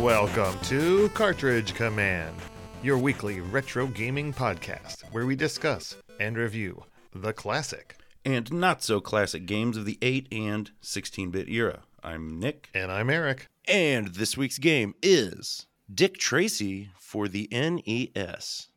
Welcome to Cartridge Command, your weekly retro gaming podcast where we discuss and review the classic. and not so classic games of the 8 and 16 bit era. I'm Nick. And I'm Eric. And this week's game is Dick Tracy for the E NES.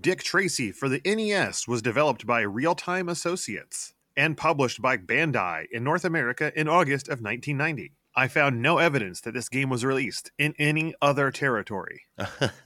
Dick Tracy for the NES was developed by Real Time Associates and published by Bandai in North America in August of 1990. I found no evidence that this game was released in any other territory.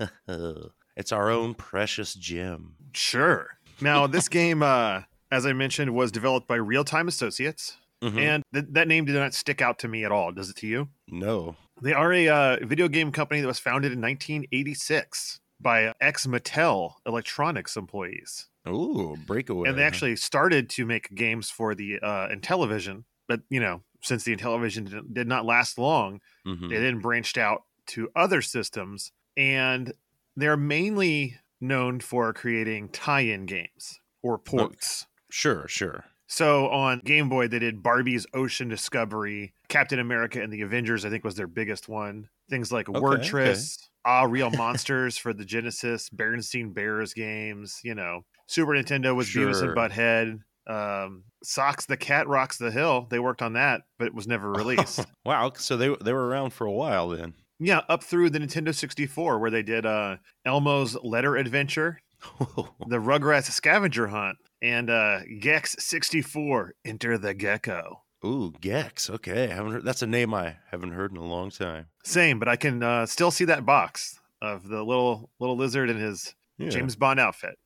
it's our own precious gem. Sure. Now, this game, uh, as I mentioned, was developed by Real Time Associates, Mm-hmm. Mhm. and th- that name did not stick out to me at all. Does it to you? No. They are a uh, video game company that was founded in 1986 by ex Mattel electronics employees. Ooh, breakaway. and they actually started to make games for the uh, Intellivision, but you know, since the Intellivision did- did not last long, Mhm. they then branched out to other systems, and they're mainly known for creating tie-in games or ports. Sure, sure. So on Game Boy, they did Barbie's Ocean Discovery, Captain America and the Avengers. I think was their biggest one. Things like Okay, Word okay. Tris, Ah Real Monsters for the Genesis, Berenstain Bears games. You know, Super Nintendo was Beavis and Sure. Butthead. Um, Socks the Cat Rocks the Hill. They worked on that, but it was never released. Wow, so they they were around for a while then. yeah, up through the Nintendo 64, where they did uh, Elmo's Letter Adventure, the Rugrats Scavenger Hunt, and uh, Gex 64 Enter the Gecko. Ooh, Gex. Okay, I haven't heard, that's a name I haven't heard in a long time. Same, but I can uh, still see that box of the little little lizard in his Yeah. James Bond outfit.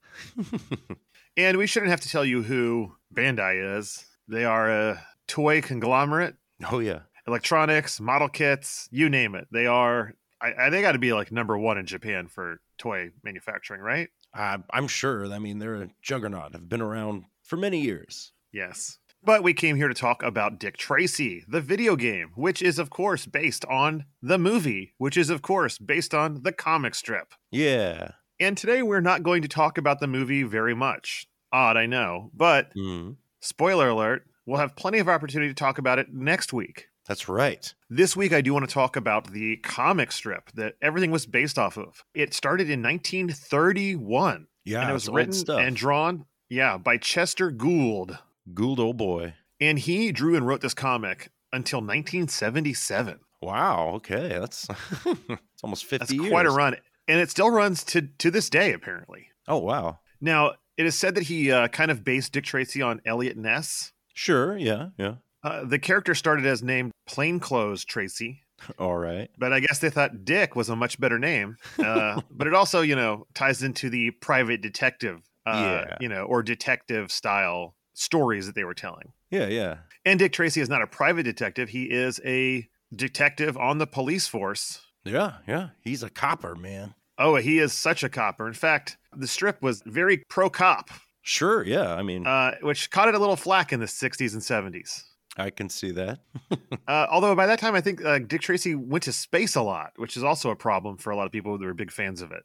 And we shouldn't have to tell you who Bandai is. They are a toy conglomerate, oh yeah. electronics, model kits, you name it. They are. I, I, they got to be like number one in Japan for toy manufacturing, right? I, I'm sure. I mean, they're a juggernaut. Have been around for many years. Yes. But we came here to talk about Dick Tracy, the video game, which is of course based on the movie, which is of course based on the comic strip. Yeah. And today we're not going to talk about the movie very much. Odd, I know, but Mm, spoiler alert, we'll have plenty of opportunity to talk about it next week. that's right. This week, I do want to talk about the comic strip that everything was based off of. It started in 1931, Yeah, and it it's was old written stuff. and drawn, yeah, by Chester Gould. Gould, old boy. And he drew and wrote this comic until 1977. Wow. Okay, that's it's almost That's fifty. quite a years. run, and it still runs to to this day, apparently. Oh wow. Now, it is said that he uh, kind of based Dick Tracy on Elliot Ness. Sure. Yeah. Yeah. Uh, the character started as named Plainclothes Tracy, All right. but I guess they thought Dick was a much better name. Uh, but it also, you know, ties into the private detective, uh, Yeah. you know, or detective style stories that they were telling. Yeah. Yeah. And Dick Tracy is not a private detective; he is a detective on the police force. Yeah. Yeah. He's a copper, man. Oh, he is such a copper. In fact, the strip was very pro cop, Sure. Yeah. I mean, uh, which caught it a little flack in the 60s and 70s. I can see that. Uh, although by that time, I think uh, Dick Tracy went to space a lot, which is also a problem for a lot of people who are big fans of it.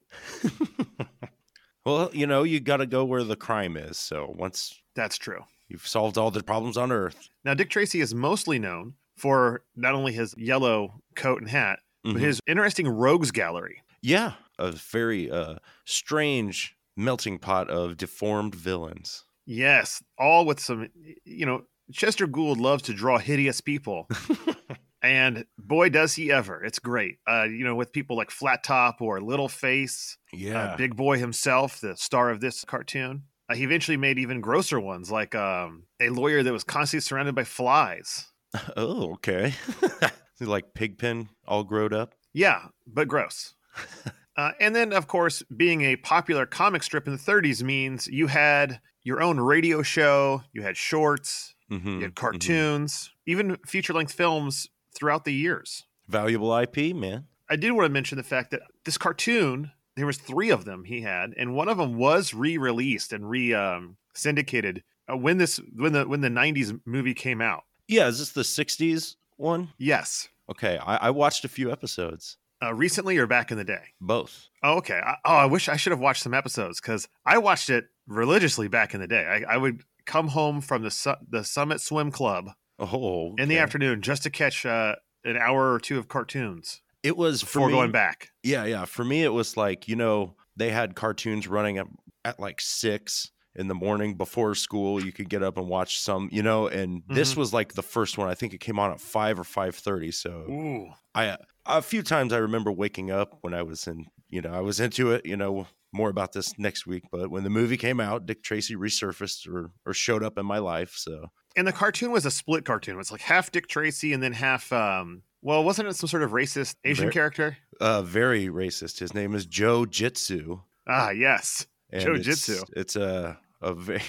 Well, you know, you got to go where the crime is. So once That's true. you've solved all the problems on Earth, Now, Dick Tracy is mostly known for not only his yellow coat and hat, Mhm. but his interesting rogues gallery. Yeah, a very uh, strange melting pot of deformed villains. Yes, all with some, you know, Chester Gould loves to draw hideous people. and boy, does he ever. It's great. Uh, you know, with people like Flat Top or Little Face. Yeah, uh, Big Boy himself, the star of this cartoon. Uh, he eventually made even grosser ones, like um, a lawyer that was constantly surrounded by flies. oh, okay. Is it like Pigpen, all grown up. Yeah, but gross. uh, and then, of course, being a popular comic strip in the 30s means you had your own radio show, you had shorts, Mm-hmm. you had cartoons, even feature length films throughout the years. Valuable IP, man. I did want to mention the fact that this cartoon, there was three of them he had, and one of them was re-released and re um, syndicated uh, when this when the when the '90s movie came out. Yeah, is this the '60s one? Yes, Okay, I, I watched a few episodes. Uh, recently or back in the day? Both. Oh, okay. I, oh, I wish I should have watched some episodes because I watched it religiously back in the day. I, I would come home from the su- the Summit Swim Club Oh, in the okay. afternoon just to catch uh, an hour or two of cartoons It was for before me- going back. Yeah, yeah. For me, it was like you know they had cartoons running up at like six in the morning before school. You could get up and watch some, you know. And this was like the first one. I think it came on at five or five thirty. So Ooh. I uh, a few times I remember waking up when I was in, you know, I was into it. You know, more about this next week. But when the movie came out, Dick Tracy resurfaced or or showed up in my life. So And the cartoon was a split cartoon. It was like half Dick Tracy and then half. Um, well, wasn't it some sort of racist Asian Ver- character? uh, very racist. His name is Joe Jitsu. Ah, yes. and Joe it's- Jitsu. It's a a very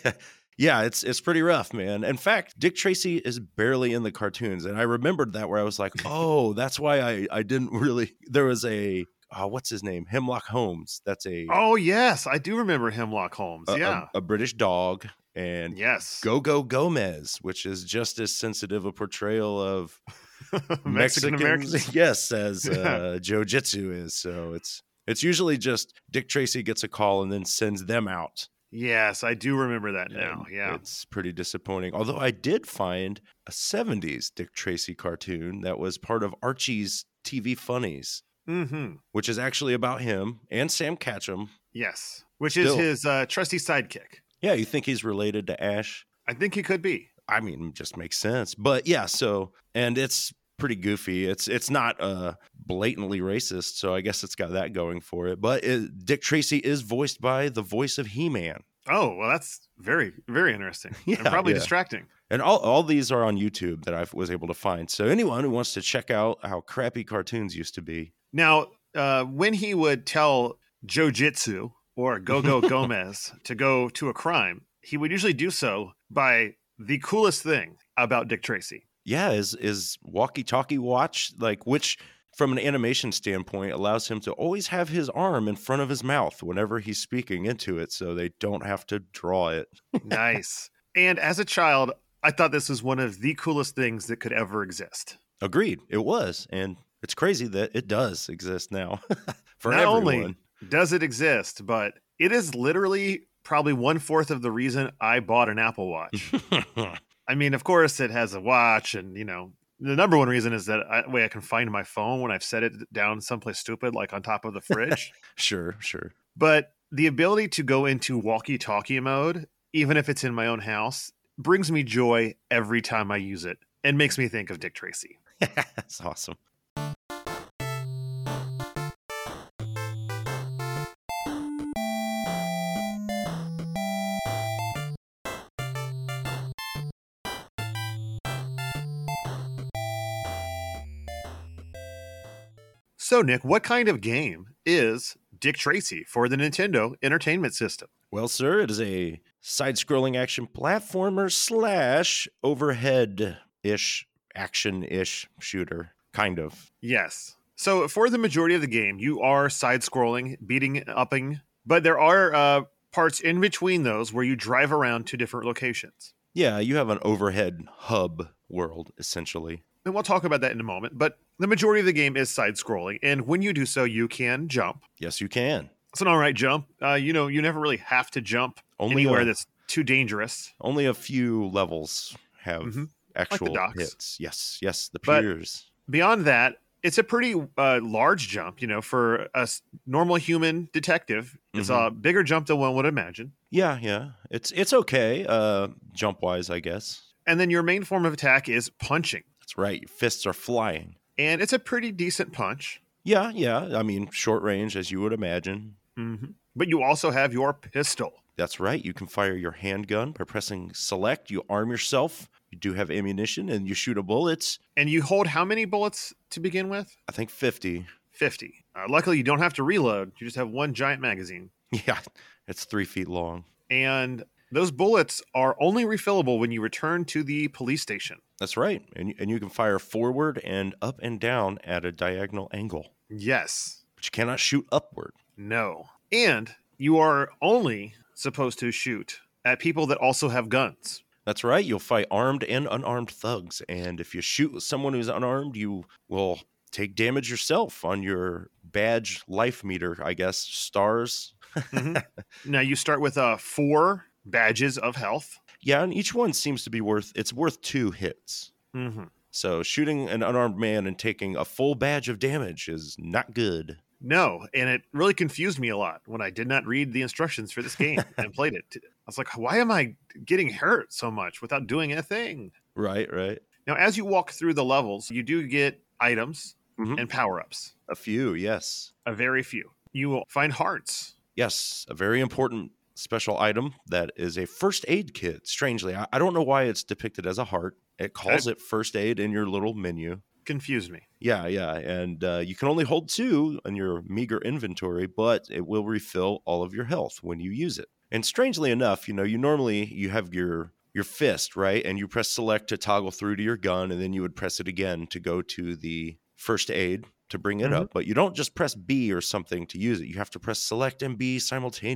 yeah, it's it's pretty rough, man. In fact, Dick Tracy is barely in the cartoons, and I remembered that where I was like, oh, that's why I I didn't really. There was a uh, what's his name, Hemlock Holmes. That's a Oh, yes. I do remember Hemlock Holmes. a- a- yeah. a British dog, and yes. Go Go Gomez, which is just as sensitive a portrayal of Mexican Americans. Mexicans, yes, as Yeah. uh, Joe Jitsu is. So it's it's usually just Dick Tracy gets a call and then sends them out Yes, I do remember that now. and Yeah. It's pretty disappointing. Although I did find a 70s Dick Tracy cartoon that was part of Archie's TV Funnies, Mm-hmm. which is actually about him and Sam Catchum. Yes. Which is Still. his uh, trusty sidekick. Yeah, you think he's related to Ash? I think he could be. I mean, just makes sense. But yeah, so and it's pretty goofy. It's it's not uh blatantly racist, so I guess it's got that going for it. But it, Dick Tracy is voiced by the voice of He-Man. Oh, well, that's very, very interesting. and Yeah, probably yeah. distracting. And all, all these are on YouTube that I was able to find. So anyone who wants to check out how crappy cartoons used to be, Now, uh, when he would tell Joe Jitsu or Gogo Gomez to go to a crime, he would usually do so by the coolest thing about Dick Tracy. yeah, is is walkie-talkie watch like which from an animation standpoint allows him to always have his arm in front of his mouth whenever he's speaking into it, so they don't have to draw it. nice. And as a child, I thought this was one of the coolest things that could ever exist. Agreed, it was, and it's crazy that it does exist now for Not everyone. only- does it exist, but it is literally probably one fourth of the reason I bought an Apple Watch. I mean, of course, it has a watch, and you know, the number one reason is that I, way I can find my phone when I've set it down someplace stupid, like on top of the fridge. sure, sure. but the ability to go into walkie-talkie mode, even if it's in my own house, brings me joy every time I use it, and makes me think of Dick Tracy. That's awesome. So, Nick, what kind of game is Dick Tracy for the Nintendo Entertainment System? Well, sir, it is a side-scrolling action platformer slash overhead-ish action-ish shooter, kind of. Yes. So for the majority of the game, you are side scrolling, beating, upping, but there are uh, parts in between those where you drive around to different locations. Yeah, you have an overhead hub world essentially. And we'll talk about that in a moment, but the majority of the game is side scrolling. And when you do so, you can jump. Yes, you can. It's an all right jump. Uh, you know, you never really have to jump Only anywhere a, that's too dangerous. only a few levels have Mhm. actual docks. hits. Yes, yes, the But- piers. Beyond that, it's a pretty uh, large jump, you know, for a s- normal human detective. It's a bigger jump than one would imagine. Yeah, yeah. It's it's okay. Uh, jump wise, I guess. And then your main form of attack is punching. That's right. Your fists are flying. and it's a pretty decent punch. Yeah, yeah. I mean, short range, as you would imagine. But you also have your pistol. That's right. You can fire your handgun by pressing select. You arm yourself. You do have ammunition and you shoot a bullets. And you hold how many bullets to begin with? I think 50. 50. Uh, luckily, you don't have to reload. You just have one giant magazine. Yeah, it's three feet long. And those bullets are only refillable when you return to the police station. That's right. And, and you can fire forward and up and down at a diagonal angle, Yes. but you cannot shoot upward. No. And you are only supposed to shoot at people that also have guns. That's right. You'll fight armed and unarmed thugs. And if you shoot someone who's unarmed, you will take damage yourself on your badge life meter, I guess. Stars. Mhm. now you start with uh, four badges of health. Yeah, and each one seems to be worth it's worth two hits. Mm-hmm. So shooting an unarmed man and taking a full badge of damage is not good. No, and it really confused me a lot when I did not read the instructions for this game and played it. I was like, why am I getting hurt so much without doing a thing? Right, right. Now, as you walk through the levels, you do get items Mhm. and power ups, A few, yes. a very few. You will find hearts. Yes, a very important special item that is a first aid kit. Strangely, I, I don't know why it's depicted as a heart. It calls it first aid in your little menu. Confused me. Yeah, yeah. And uh, you can only hold two in your meager inventory, but it will refill all of your health when you use it. And strangely enough, you know, you normally you have your your fist, right? And you press select to toggle through to your gun, and then you would press it again to go to the first aid to bring it Mhm. up. But you don't just press B or something to use it. You have to press select and B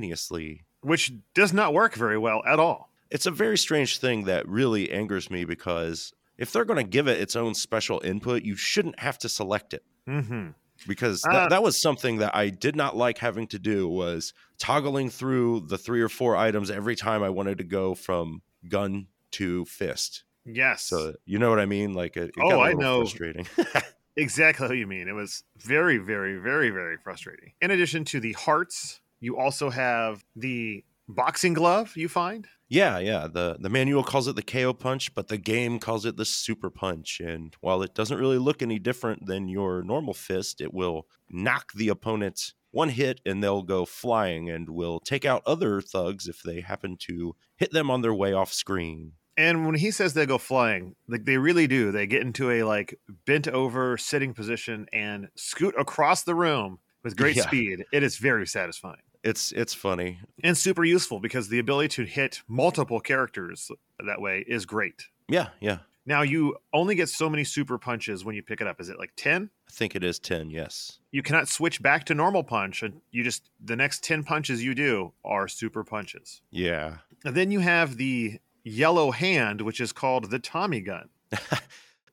simultaneously. which does not work very well at all. It's a very strange thing that really angers me because if they're going to give it its own special input, you shouldn't have to select it. Mm-hmm. because that, Uh, that was something that I did not like having to do was toggling through the three or four items every time I wanted to go from gun to fist. Yes, So you know what I mean? Like it, it Oh, got a I little know. frustrating. exactly what you mean. It was very, very, very, very frustrating. In addition to the hearts, you also have the boxing glove you find. yeah, yeah. The the manual calls it the KO punch, but the game calls it the super punch. And while it doesn't really look any different than your normal fist, it will knock the opponent one hit and they'll go flying and will take out other thugs if they happen to hit them on their way off screen. And when he says they go flying, like they really do, they get into a like bent over sitting position and scoot across the room with great Yeah. speed. It is very satisfying. It's it's funny. And super useful because the ability to hit multiple characters that way is great. Yeah, yeah. Now you only get so many super punches when you pick it up. Is it like 10? I think it is 10, yes. You cannot switch back to normal punch. and You just the next 10 punches you do are super punches. Yeah. And then you have the yellow hand which is called the Tommy gun.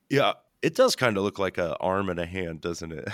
Yeah. It does kind of look like a arm and a hand, doesn't it?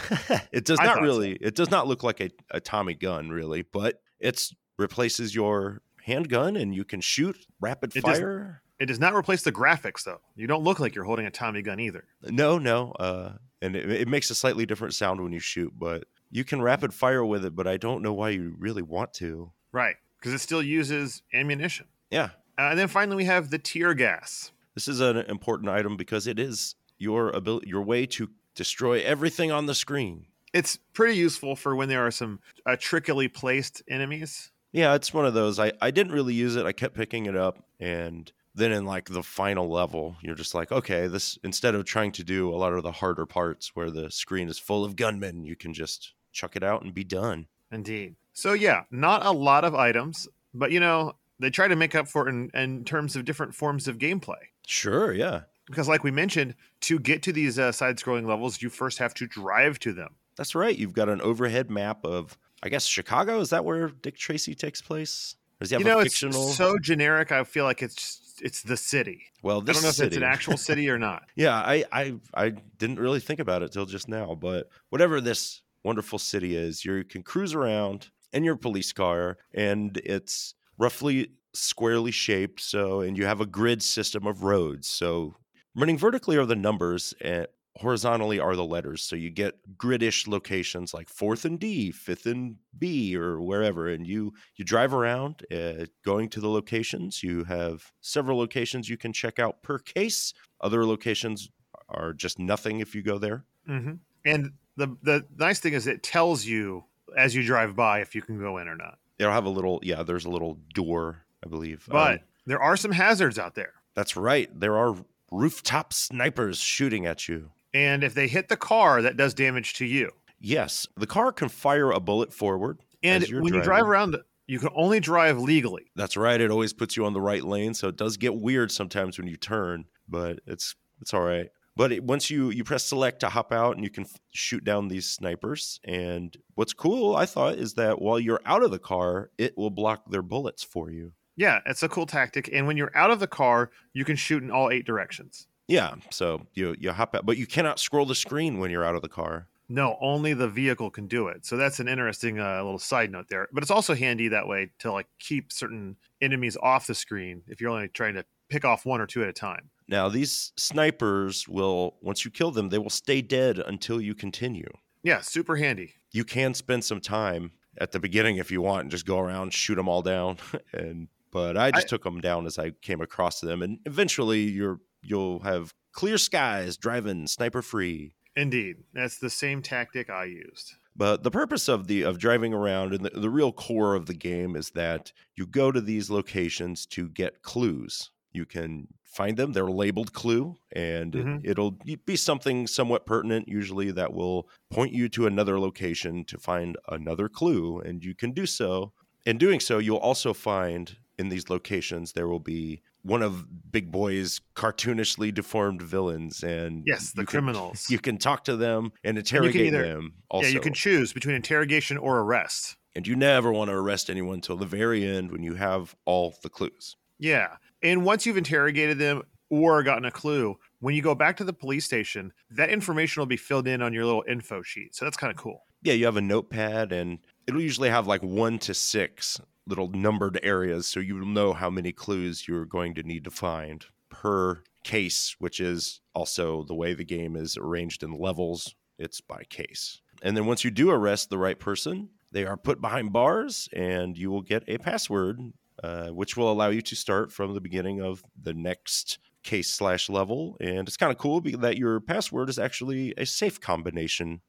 it does I not thought so. really it does not look like a, a Tommy gun really, but it's replaces your handgun and you can shoot rapid It does- fire. It does not replace the graphics though. You don't look like you're holding a Tommy gun either. No, no. Uh and it, it makes a slightly different sound when you shoot, but you can rapid fire with it, but I don't know why you really want to. Right, because it still uses ammunition. Yeah. Uh, and then finally we have the tear gas. This is an important item because it is your ability your way to destroy everything on the screen. It's pretty useful for when there are some uh, trickily placed enemies. Yeah, it's one of those. I, I didn't really use it. I kept picking it up. And then in like the final level, you're just like, okay, this, instead of trying to do a lot of the harder parts where the screen is full of gunmen, you can just chuck it out and be done. Indeed. So yeah, not a lot of items, but you know, they try to make up for it in, in terms of different forms of gameplay. Sure. Yeah. Because like we mentioned, to get to these uh, side-scrolling levels, you first have to drive to them. That's right. You've got an overhead map of, I guess, Chicago. Is that where Dick Tracy takes place? Or Does he have you know, a it's fictional? so generic. I feel like it's just- it's the city. well, this I don't know city. if it's an actual city or not. Yeah, I, I I didn't really think about it till just now, but whatever this wonderful city is, you can cruise around in your police car and it's roughly squarely shaped so and you have a grid system of roads. So running vertically are the numbers and horizontally are the letters. So you get gridish locations like 4th and D, 5th and B or wherever and you you drive around uh, going to the locations. You have several locations you can check out per case other locations are just nothing if you go there. hmm And the the nice thing is, it tells you as you drive by if you can go in or not. They'll have a little, yeah, there's a little door, I believe. Um, But there are some hazards out there, that's right. There are rooftop snipers shooting at you. and if they hit the car, that does damage to you. Yes, the car can fire a bullet forward. And as you're when you drive driving. around, you can only drive legally. That's right. It always puts you on the right lane, so it does get weird sometimes when you turn, but it's it's all right. But it, once you you press select to hop out, and you can f- shoot down these snipers. And what's cool, I thought, is that while you're out of the car, it will block their bullets for you. Yeah, it's a cool tactic. And when you're out of the car, you can shoot in all eight directions. Yeah, so you you hop out, but you cannot scroll the screen when you're out of the car. No, only the vehicle can do it. So that's an interesting uh, little side note there. But it's also handy that way to like keep certain enemies off the screen if you're only trying to pick off one or two at a time. Now these snipers will once you kill them, they will stay dead until you continue. Yeah, super handy. You can spend some time at the beginning if you want and just go around shoot them all down. and but I just took 'em took them down as I came across them, and eventually you're you'll have clear skies driving sniper free. Indeed, that's the same tactic I used. But the purpose of the of driving around and the, the real core of the game is that you go to these locations to get clues. You can find them; they're labeled clue, and Mhm. it, it'll be something somewhat pertinent, usually that will point you to another location to find another clue. And you can do so. In doing so, you'll also find in these locations there will be one of Big Boy's cartoonishly deformed villains, and Yes, the you can- criminals. you can talk to them and interrogate either- them. Also, Yeah, you can choose between interrogation or arrest. and you never want to arrest anyone till the very end when you have all the clues. Yeah. And once you've interrogated them or gotten a clue, when you go back to the police station, that information will be filled in on your little info sheet. So that's kind of cool. Yeah, you have a notepad, and it'll usually have like one to six little numbered areas, so you'll know how many clues you're going to need to find per case, which is also the way the game is arranged in levels. It's by case. And then once you do arrest the right person, they are put behind bars, and you will get a password, uh, which will allow you to start from the beginning of the next case slash level. And it's kind of cool because that your password is actually a safe combination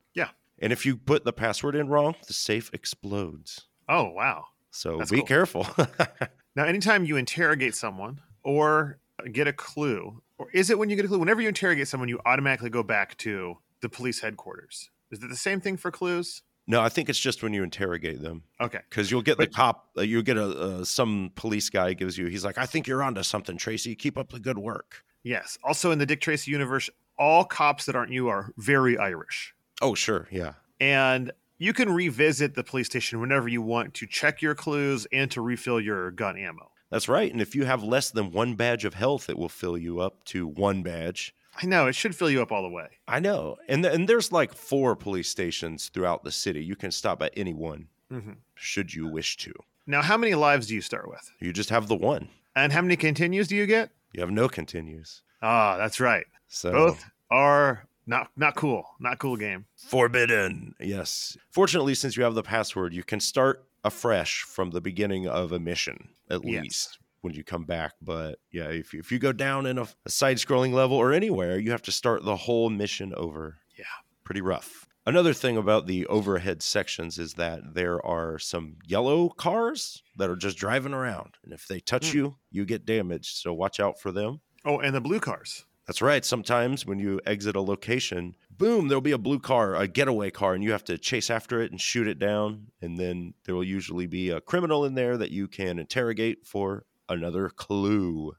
and if you put the password in wrong, the safe explodes. Oh, wow. So That's be cool. careful. Now, anytime you interrogate someone or get a clue, or is it when you get a clue? Whenever you interrogate someone, you automatically go back to the police headquarters. Is it the same thing for clues? no, I think it's just when you interrogate them Okay. because you'll get the But- cop, uh, you'll get a uh, some police guy gives you. He's like, "I think you're onto something, Tracy. Keep up the good work." Yes. Also, in the Dick Tracy universe, all cops that aren't you are very Irish. Oh, sure, yeah. and you can revisit the police station whenever you want to check your clues and to refill your gun ammo. That's right. And if you have less than one badge of health, it will fill you up to one badge. I know it should fill you up all the way. I know. And th- and there's like four police stations throughout the city. You can stop at any one Mhm. should you wish to. Now, how many lives do you start with, You just have the one. and how many continues do you get? You have no continues. Ah, that's right. So Both are not not cool. Not cool game. Forbidden. Yes. Fortunately, since you have the password, you can start afresh from the beginning of a mission, at Yes. least when you come back. But yeah, if you, if you go down in a, a side scrolling level or anywhere, you have to start the whole mission over. Yeah. Pretty rough. Another thing about the overhead sections is that there are some yellow cars that are just driving around. And if they touch Hmm. you, you get damaged. So watch out for them. Oh, and the blue cars. That's right. Sometimes when you exit a location, boom, there'll be a blue car, a getaway car, and you have to chase after it and shoot it down. And then there will usually be a criminal in there that you can interrogate for another clue.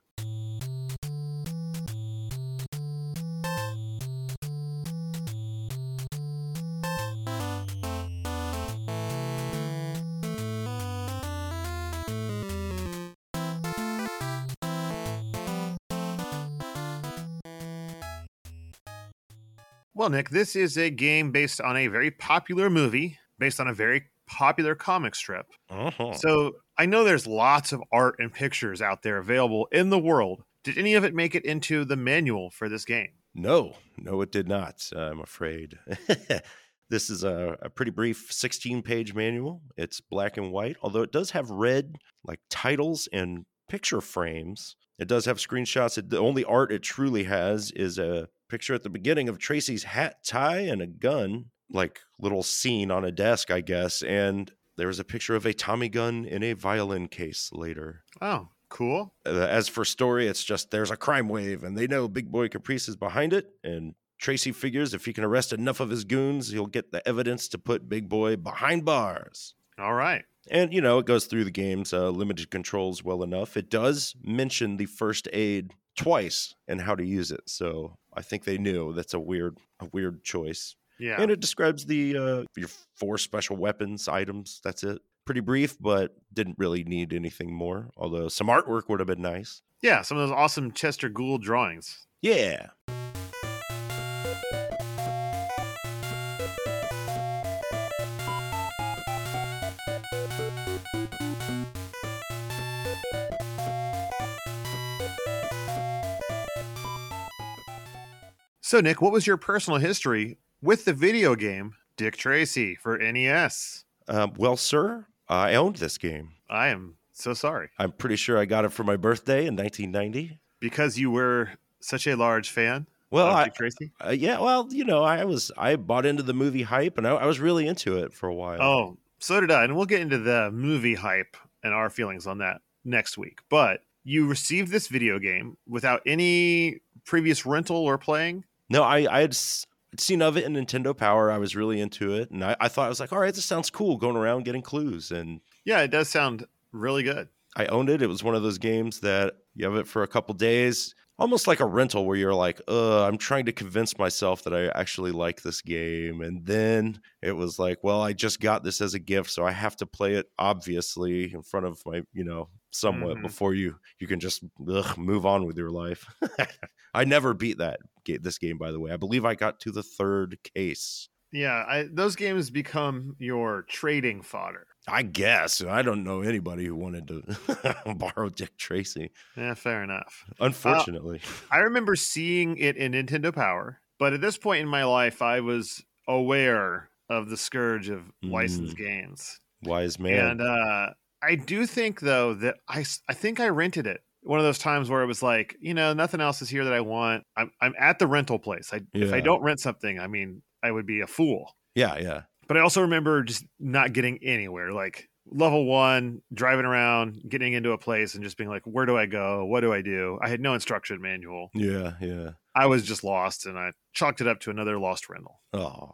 Well, Nick, this is a game based on a very popular movie, based on a very popular comic strip. Uh-huh. So I know there's lots of art and pictures out there available in the world. Did any of it make it into the manual for this game? No, no, it did not. I'm afraid. this is a, a pretty brief 16 page manual. It's black and white, although it does have red like titles and picture frames. It does have screenshots. It, the only art it truly has is a picture at the beginning of Tracy's hat, tie, and a gun, like little scene on a desk, I guess. And there is a picture of a Tommy gun in a violin case later Oh, cool. uh, as for story, it's just there's a crime wave, and they know Big Boy Caprice is behind it. And Tracy figures if he can arrest enough of his goons, he'll get the evidence to put Big Boy behind bars. All right. And you know, it goes through the game's uh, limited controls well enough. It does mention the first aid twice and how to use it, so I think they knew that's a weird, a weird choice. Yeah. And it describes the uh, your four special weapons items. That's it. pretty brief, but didn't really need anything more. Although some artwork would have been nice. Yeah, some of those awesome Chester Gould drawings. Yeah. So, Nick, what was your personal history with the video game Dick Tracy for E NES? Um, well, sir, I owned this game. I am so sorry I'm pretty sure I got it for my birthday in 1990. because you were such a large fan Well, of I, Dick Tracy. uh, yeah, well, you know, I was I bought into the movie hype, and I, I was really into it for a while. Oh, so did I. And we'll get into the movie hype and our feelings on that next week. But you received this video game without any previous rental or playing. No, I I had s- seen of it in Nintendo Power. I was really into it, and I, I thought I was like, all right, this sounds cool, going around getting clues, and Yeah, it does sound really good. I owned it. It was one of those games that you have it for a couple days, almost like a rental, where you're like, uh, I'm trying to convince myself that I actually like this game, and then it was like, well, I just got this as a gift, so I have to play it obviously in front of my, you know, somewhat Mhm. before you you can just ugh, move on with your life. I never beat that ga- this game, by the way. I believe I got to the third case. Yeah, I, those games become your trading fodder. I guess I don't know anybody who wanted to borrow Dick Tracy. Yeah, fair enough. Unfortunately, I remember seeing it in Nintendo Power, but at this point in my life, I was aware of the scourge of licensed games. wise And man. uh, I do think, though, that I, s- I think I rented it. One of those times where it was like, you know, nothing else is here that I want. I'm, I'm at the rental place. I, If I Yeah. don't rent something, I mean, I would be a fool. Yeah, yeah. But I also remember just not getting anywhere. Like level one, driving around, getting into a place and just being like, where do I go? What do I do? I had no instruction manual. Yeah, yeah. I was just lost and I chalked it up to another lost rental. Oh.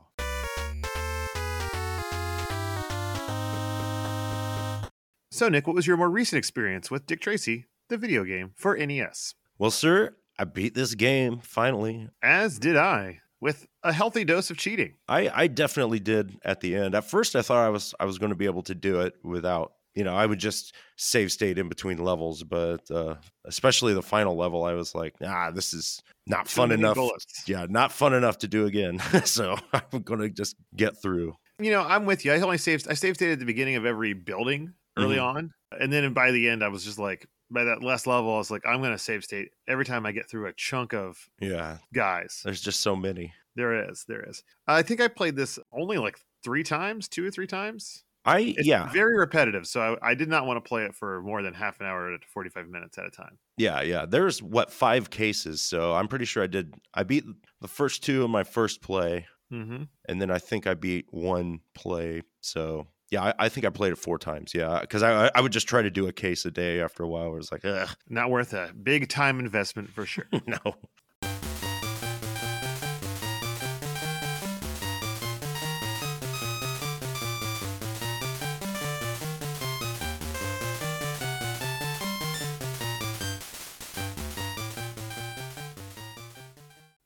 So, Nick, what was your more recent experience with Dick Tracy, the video game for E NES? Well, sir, I beat this game finally. As did I, with a healthy dose of cheating. I I definitely did at the end. At first I thought I was I was going to be able to do it without, you know, I would just save state in between levels, but uh especially the final level I was like, "Ah, this is not Too fun many enough." bullets. Yeah, not fun enough to do again. so, I'm going to just get through. You know, I'm with you. I only saved, I saved it at the beginning of every building early Mm-hmm. on. And then by the end, I was just like, by that last level, I was like, I'm going to save state every time I get through a chunk of Yeah, guys. there's just so many. There is, there is. I think I played this only like three times, two or three times. I It's yeah. very repetitive. So I, I did not want to play it for more than half an hour to 45 minutes at a time. Yeah, yeah. There's what five cases, so I'm pretty sure I did. I beat the first two in my first play, Mm-hmm. and then I think I beat one play. So yeah, I, I think I played it four times. Yeah, because I I- I would just try to do a case a day after a while. Where it's like, Ugh, Not worth a big time investment for sure. no.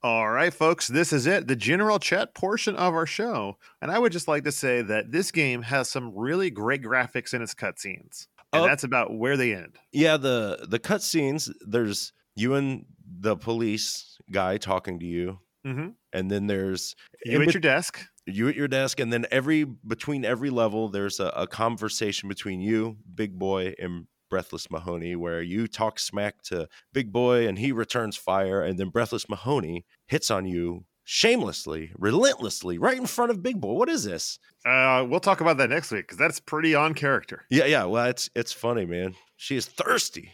All right, folks, this is it, the general chat portion of our show. And I would just like to say that this game has some really great graphics in its cutscenes. And Oh. that's about where they end. Yeah, the the cutscenes. There's you and the police guy talking to you, Mm-hmm. and then there's You in at your desk. you at your desk and then every between every level there's a, a conversation between you big boy and breathless mahoney where you talk smack to big boy and he returns fire and then breathless mahoney hits on you shamelessly relentlessly right in front of big boy what is this Uh, we'll talk about that next week because that's pretty on character. yeah yeah well it's it's funny man she is thirsty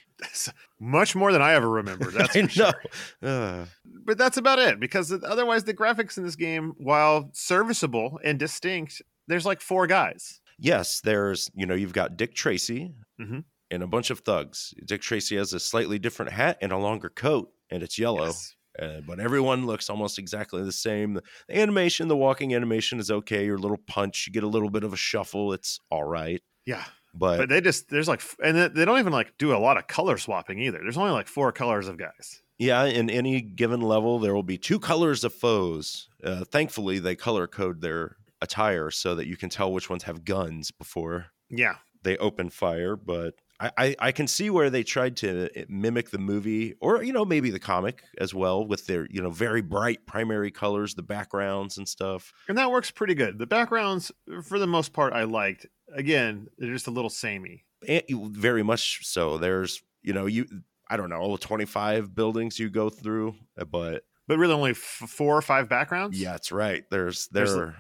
Much more than I ever remember. That's I for sure. know. Uh, Ugh. but that's about it because otherwise the graphics in this game while serviceable and distinct there's like four guys yes, there's, you know, you've got Dick Tracy Mhm. and a bunch of thugs. Dick Tracy has a slightly different hat and a longer coat, and it's yellow, Yes. uh, but everyone looks almost exactly the same. The animation, the walking animation is okay. Your little punch, you get a little bit of a shuffle. It's all right. yeah But, but they just there's like f- and they- they don't even like do a lot of color swapping either there's only like four colors of guys yeah, in any given level, there will be two colors of foes. Uh, thankfully, they color code their attire so that you can tell which ones have guns before Yeah. they open fire, but I, I, I can see where they tried to uh, mimic the movie or, you know, maybe the comic as well with their, you know, very bright primary colors, the backgrounds and stuff. And that works pretty good. The backgrounds, for the most part, I liked. Again, they're just a little samey. And Eh, you- very much so. There's, you know, you, I don't know, all 25 buildings you go through, eh, but But really, only f- four or five backgrounds. yeah, that's right. There's, there, There's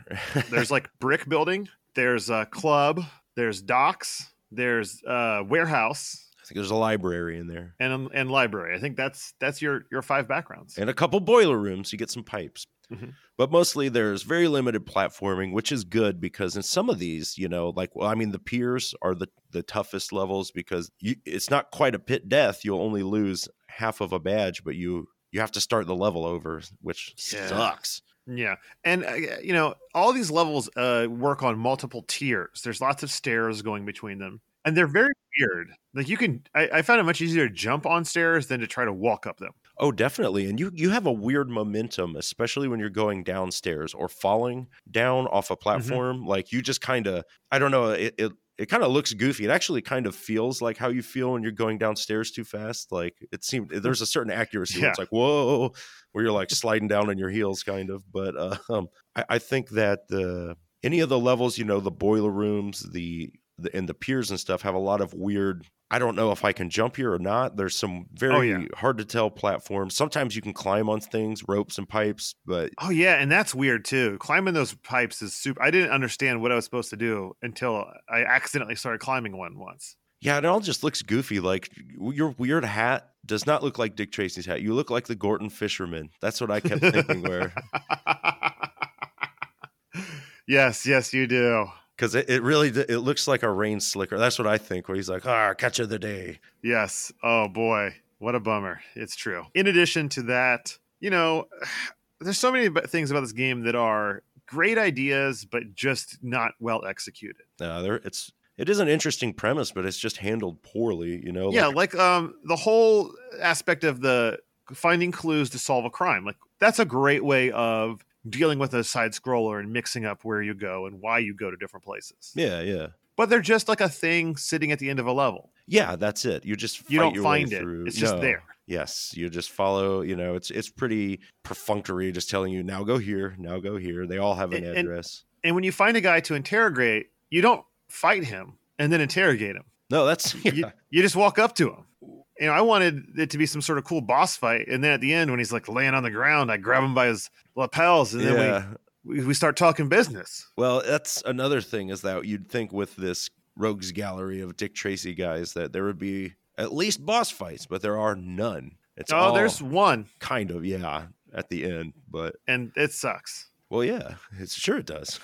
there's like brick building, there's a club, there's docks, there's a warehouse, I think there's a library in there and um, and library. I think that's that's your your five backgrounds. and a couple boiler rooms. You get some pipes. Mhm. But mostly there's very limited platforming, which is good because in some of these, you know, like well, I mean, the piers are the the toughest levels because you, it's not quite a pit death. You'll only lose half of a badge, but you you have to start the level over, which Yeah. sucks. Yeah, and uh, you know all these levels uh, work on multiple tiers. There's lots of stairs going between them, and they're very weird. Like you can, I, I found it much easier to jump on stairs than to try to walk up them. Oh, definitely. And you you have a weird momentum, especially when you're going downstairs or falling down off a platform. Like you just kind of I don't know, it it, it kind of looks goofy. It actually kind of feels like how you feel when you're going downstairs too fast. Like it seemed there's a certain accuracy where it's like, whoa, where you're like sliding down on your heels kind of. But uh, um I, I think that the any of the levels, you know, the boiler rooms, the, the and the piers and stuff have a lot of weird. I don't know if I can jump here or not. There's some very Oh, yeah. hard to tell platforms. Sometimes you can climb on things, ropes and pipes, but Oh yeah, and that's weird too. Climbing those pipes is super. I didn't understand what I was supposed to do until I accidentally started climbing one once. yeah, it all just looks goofy. Like your weird hat does not look like Dick Tracy's hat. You look like the Gorton fisherman. That's what I kept thinking. Where yes, yes, you do. because it, it really d- it looks like a rain slicker. That's what I think. Where he's like, ah, catch of the day. Yes. Oh boy, what a bummer. It's true. In addition to that, you know, there's so many ab- things about this game that are great ideas but just not well executed. Uh, there, it's it is an interesting premise, but it's just handled poorly. You know, yeah, like um the whole aspect of the finding clues to solve a crime. Like that's a great way of dealing with a side scroller and mixing up where you go and why you go to different places. yeah, yeah, But they're just like a thing sitting at the end of a level. yeah. That's it. You just You fight don't your find way it. Through. It's just No. there. Yes, you just follow. You know, it's it's pretty perfunctory, just telling you now go here, now go here. They all have an And- and- address. And when you find a guy to interrogate, you don't fight him and then interrogate him. no, that's yeah. You, you just walk up to him. You know, I wanted it to be some sort of cool boss fight, and then at the end, when he's like laying on the ground, I grab him by his lapels, and then we yeah. we, we start talking business. Well, that's another thing is that you'd think with this rogues gallery of Dick Tracy guys that there would be at least boss fights, but there are none. It's oh, all there's one, kind of yeah at the end, but and it sucks. well, yeah, it's sure it does.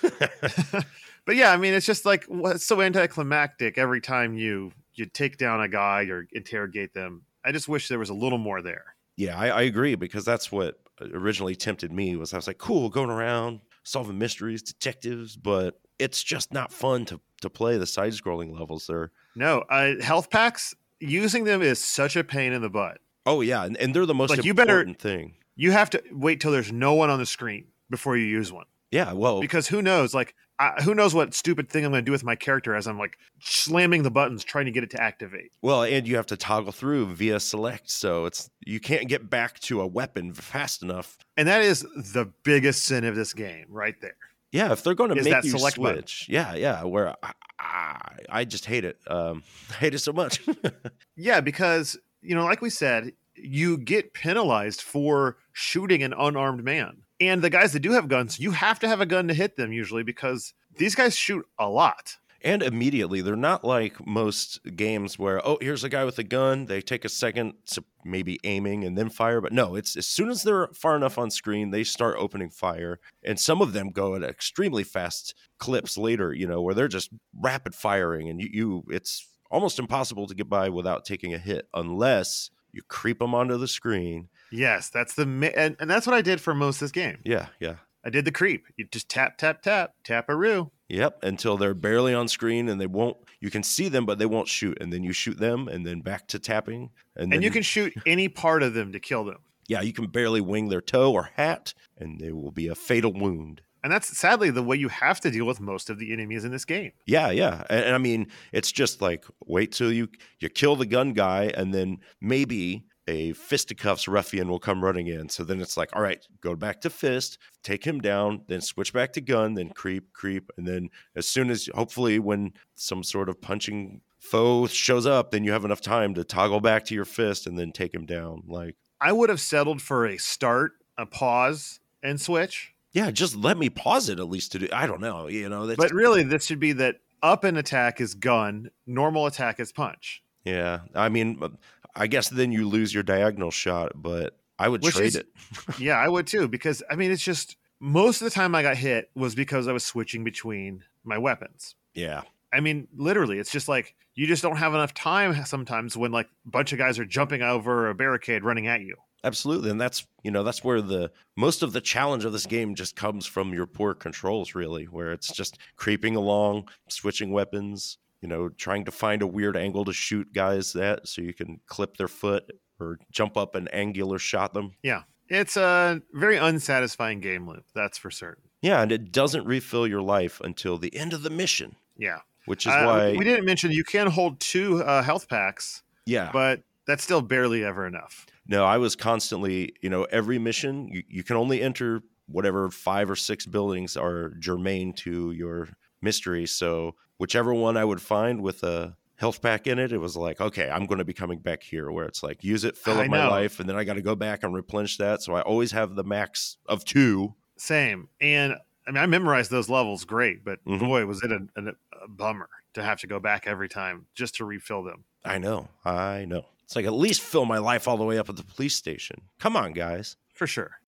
But yeah, I mean, it's just like wha- it's so anticlimactic every time you you take down a guy or interrogate them. I just wish there was a little more there. Yeah, I, I agree because that's what uh, originally tempted me was I was like, cool, going around solving mysteries, detectives, but it's just not fun to to play the side scrolling levels there. No, uh, health packs using them is such a pain in the butt. Oh yeah, and, and they're the most Like, you better- important thing. You have to wait till there's no one on the screen before you use one. Yeah, well, because who knows like I, who knows what stupid thing i'm going to do with my character as i'm like slamming the buttons trying to get it to activate well, and you have to toggle through via select, so it's you can't get back to a weapon fast enough. and that is the biggest sin of this game right there Yeah, if they're going to Is make that you select button. switch, yeah, yeah, where I, I, I just hate it. Um, I hate it so much. yeah because you know like we said you get penalized for shooting an unarmed man and the guys that do have guns you have to have a gun to hit them usually because these guys shoot a lot and immediately they're not like most games where oh here's a guy with a gun they take a second to maybe aiming and then fire but no it's as soon as they're far enough on screen they start opening fire and some of them go at extremely fast clips later you know where they're just rapid firing and you, you it's almost impossible to get by without taking a hit unless you creep them onto the screen yes that's the ma- and, and that's what i did for most of this game yeah yeah i did the creep you just tap tap tap tap a roo Yep, until they're barely on screen and they won't you can see them but they won't shoot and then you shoot them and then back to tapping and, then and you can shoot any part of them to kill them yeah, you can barely wing their toe or hat, and there will be a fatal wound. And that's sadly the way you have to deal with most of the enemies in this game. Yeah, yeah. And, and I mean, it's just like wait till you you kill the gun guy, and then maybe a fisticuffs ruffian will come running in. So then it's like, all right, go back to fist, take him down, then switch back to gun, then creep, creep, and then as soon as hopefully when some sort of punching foe shows up, then you have enough time to toggle back to your fist and then take him down. Like, I would have settled for a start, a pause, and switch. yeah, just let me pause it at least to do. I don't know, you know. That's, But really, this should be that up and attack is gun, normal attack is punch. yeah, I mean, I guess then you lose your diagonal shot, but I would Which trade is- it. yeah, I would too, because I mean, it's just most of the time I got hit was because I was switching between my weapons. Yeah, I mean, literally, it's just like you just don't have enough time sometimes when like a bunch of guys are jumping over a barricade running at you. absolutely and that's you know that's where the most of the challenge of this game just comes from your poor controls really where it's just creeping along switching weapons you know trying to find a weird angle to shoot guys at so you can clip their foot or jump up and angular shot them It's a very unsatisfying game loop, that's for certain. yeah and it doesn't refill your life until the end of the mission Yeah. which is Uh, why we didn't mention you can hold two uh, health packs, yeah but that's still barely ever enough. No, I was constantly, you know, every mission, you, you can only enter whatever five or six buildings are germane to your mystery. So, whichever one I would find with a health pack in it, it was like, okay, I'm going to be coming back here, where it's like, use it, fill I up my know. life, and then I got to go back and replenish that. So, I always have the max of two. Same. And I mean, I memorized those levels great, but Mhm. boy, was it a, a, a bummer to have to go back every time just to refill them. I know, I know. It's like, at least fill my life all the way up at the police station. Come on, guys. For sure.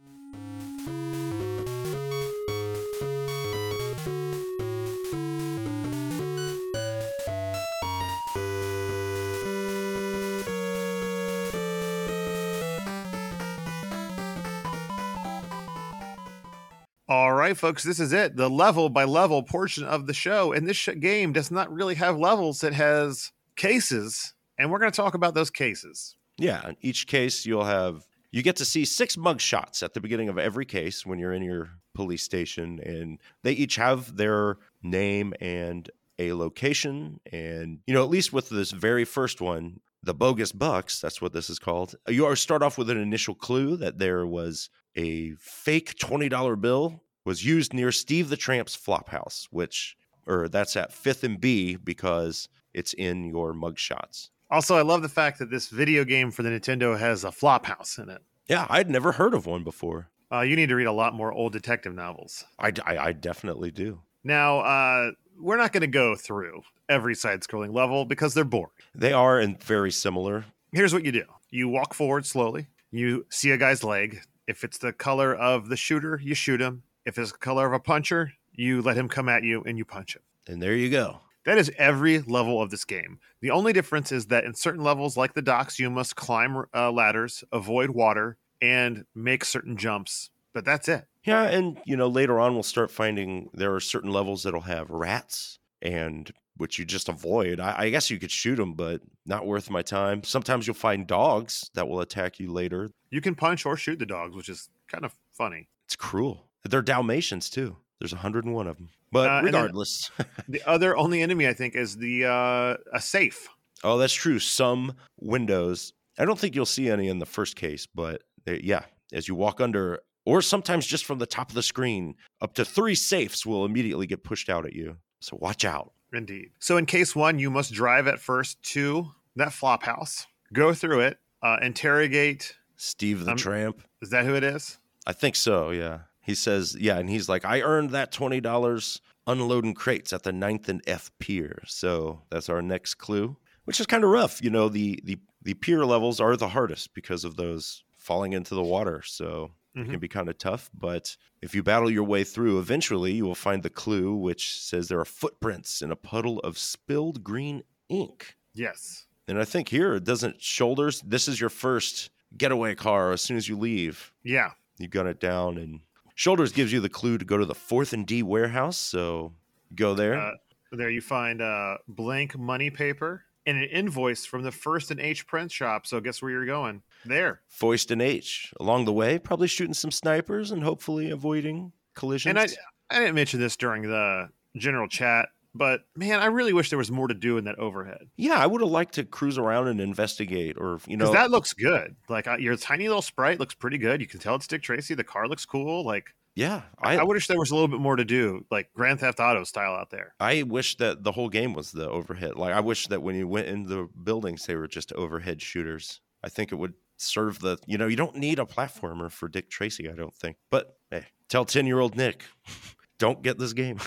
All right, folks, this is it. The level by level portion of the show. And this sh- game does not really have levels, it has cases. And we're going to talk about those cases. Yeah, in each case you'll have you get to see six mug shots at the beginning of every case when you're in your police station and they each have their name and a location and you know at least with this very first one the bogus bucks that's what this is called you are start off with an initial clue that there was a fake $20 bill was used near Steve the Tramp's flophouse which or that's at 5th and B because it's in your mug shots Also, I love the fact that this video game for the Nintendo has a flop house in it. yeah i'd never heard of one before Uh, you need to read a lot more old detective novels. I, d- I- I definitely do. Now, uh, we're not going to go through every side scrolling level because they're boring. They are and very similar. Here's what you do you walk forward slowly, you see a guy's leg. If it's the color of the shooter, you shoot him. If it's the color of a puncher, you let him come at you and you punch him. And there you go. That is every level of this game. The only difference is that in certain levels, like the docks, you must climb uh, ladders, avoid water, and make certain jumps. But that's it. Yeah, and you know later on we'll start finding there are certain levels that'll have rats and which you just avoid. I, I guess you could shoot them, but not worth my time. Sometimes you'll find dogs that will attack you later. You can punch or shoot the dogs, which is kind of funny. It's cruel. They're Dalmatians too. There's 101 of them. But Uh, and then- regardless, The other only enemy I think is the uh, a safe. oh, that's true. Some windows. I don't think you'll see any in the first case, but they, yeah, as you walk under, or sometimes just from the top of the screen, up to three safes will immediately get pushed out at you. So watch out. Indeed. So in case one, you must drive at first to that flop house, go through it, uh, interrogate. Steve the Um, Tramp. Is that who it is? I think so. Yeah. He says, yeah. And he's like, I earned that $20 unloading crates at the ninth and F pier. So that's our next clue, which is kind of rough. You know, the, the, the pier levels are the hardest because of those falling into the water. So Mhm. it can be kind of tough. But if you battle your way through, eventually you will find the clue, which says there are footprints in a puddle of spilled green ink. Yes. And I think here it doesn't shoulders. This is your first getaway car as soon as you leave Yeah. you gun it down and shoulders gives you the clue to go to the fourth and d warehouse so go there Uh, There you find uh, blank money paper and an invoice from the first and H print shop. So guess where you're going? There. foist an h along the way probably shooting some snipers and hopefully avoiding collisions And I, I didn't mention this during the general chat, but man, I really wish there was more to do in that overhead Yeah, I would have liked to cruise around and investigate, or you because know, that looks good. Like uh, your tiny little sprite looks pretty good. You can tell it's Dick Tracy. The car looks cool. Like yeah, I, I, I, wish there was a little bit more to do, like Grand Theft Auto style out there. wish that the whole game was the overhead. Like I wish that when you went in the buildings, they were just overhead shooters. I think it would serve the you know you don't need a platformer for Dick Tracy. I don't think, but hey, tell ten year old Nick, don't get this game.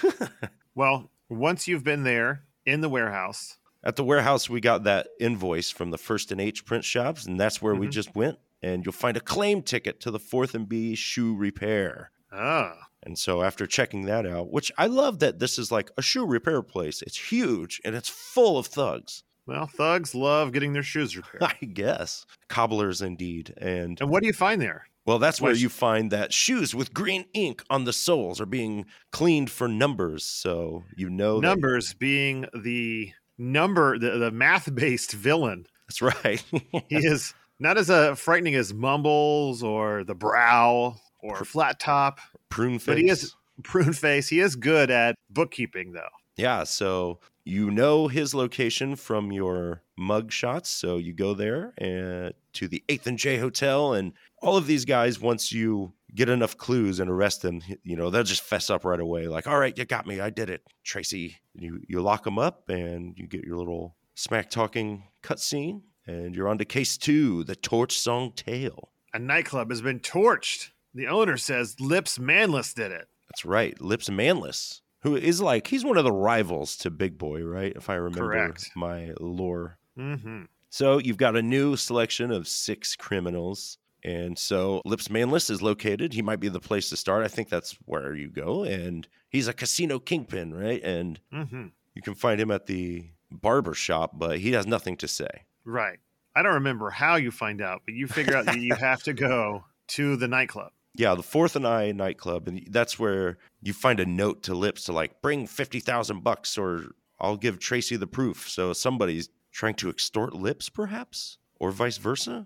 Well, once you've been there in the warehouse, At the warehouse, we got that invoice from the First and H print shops, and that's where we Mhm. just went. And you'll find a claim ticket to the Fourth and B shoe repair. ah, And so after checking that out, which I love that this is like a shoe repair place. It's huge and it's full of thugs, well, thugs love getting their shoes repaired. I guess. Cobblers indeed. And and what do you find there? well, that's where Wish- you find that shoes with green ink on the soles are being cleaned for numbers. So Oh, you know that- Numbers being the number, the, the math based villain. that's right. He is not as uh, frightening as Mumbles or the Brow or Flat Top, Prune face. But he is- Prune Face. He is good at bookkeeping, though. Yeah, so you know his location from your mug shots. So you go there and to the Eighth and J Hotel, and all of these guys, once you get enough clues and arrest them, you know they'll just fess up right away. Like, all right, you got me, I did it, Tracy. You you lock them up, and you get your little smack talking cutscene, and you're on to case two, the Torch Song Tale. A nightclub has been torched. The owner says Lips Manless did it. That's right, Lips Manless, who is like he's one of the rivals to Big Boy, right? If I remember Correct. my lore Mm-hmm. So you've got a new selection of six criminals. And so Lips Manless is located. He might be the place to start. I think that's where you go. And he's a casino kingpin, right? And Mm-hmm. you can find him at the barber shop, but he has nothing to say. Right. I don't remember how you find out, but you figure out that you have to go to the nightclub. Yeah, the Fourth and I nightclub, and that's where you find a note to Lips to like bring fifty thousand bucks, or I'll give Tracy the proof. So somebody's trying to extort Lips, perhaps, or vice versa.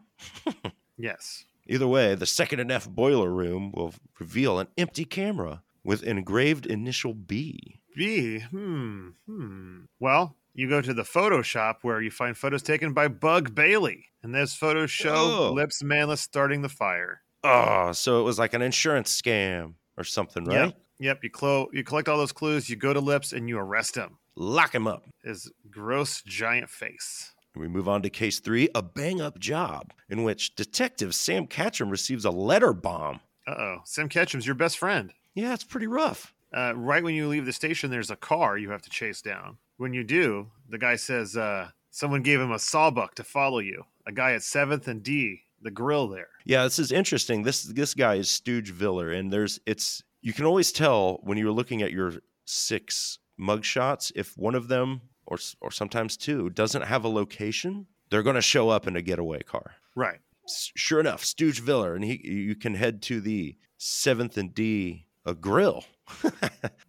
Yes. Either way, the second and F boiler room will reveal an empty camera with engraved initial B. B. Hmm. Hmm. Well, you go to the photo shop where you find photos taken by Bug Bailey, and those photos show Oh. Lips Manless starting the fire. Oh, so it was like an insurance scam or something, right? Yep. Yep. You clo- You collect all those clues. You go to Lips and you arrest him. Lock him up. His gross giant face. We move on to case three, a bang up job, in which Detective Sam Catchum receives a letter bomb. Uh oh. Sam Ketchum's your best friend. Yeah, it's pretty rough. Uh, right when you leave the station, there's a car you have to chase down. When you do, the guy says uh, someone gave him a sawbuck to follow you. A guy at Seventh and D, the grill there. Yeah, this is interesting. This this guy is Stooge Viller, and there's it's you can always tell when you're looking at your six mugshots if one of them or s- or sometimes two doesn't have a location, they're going to show up in a getaway car. Right. S- Sure enough, Stooge Viller, and he you can head to the seventh and D a grill. you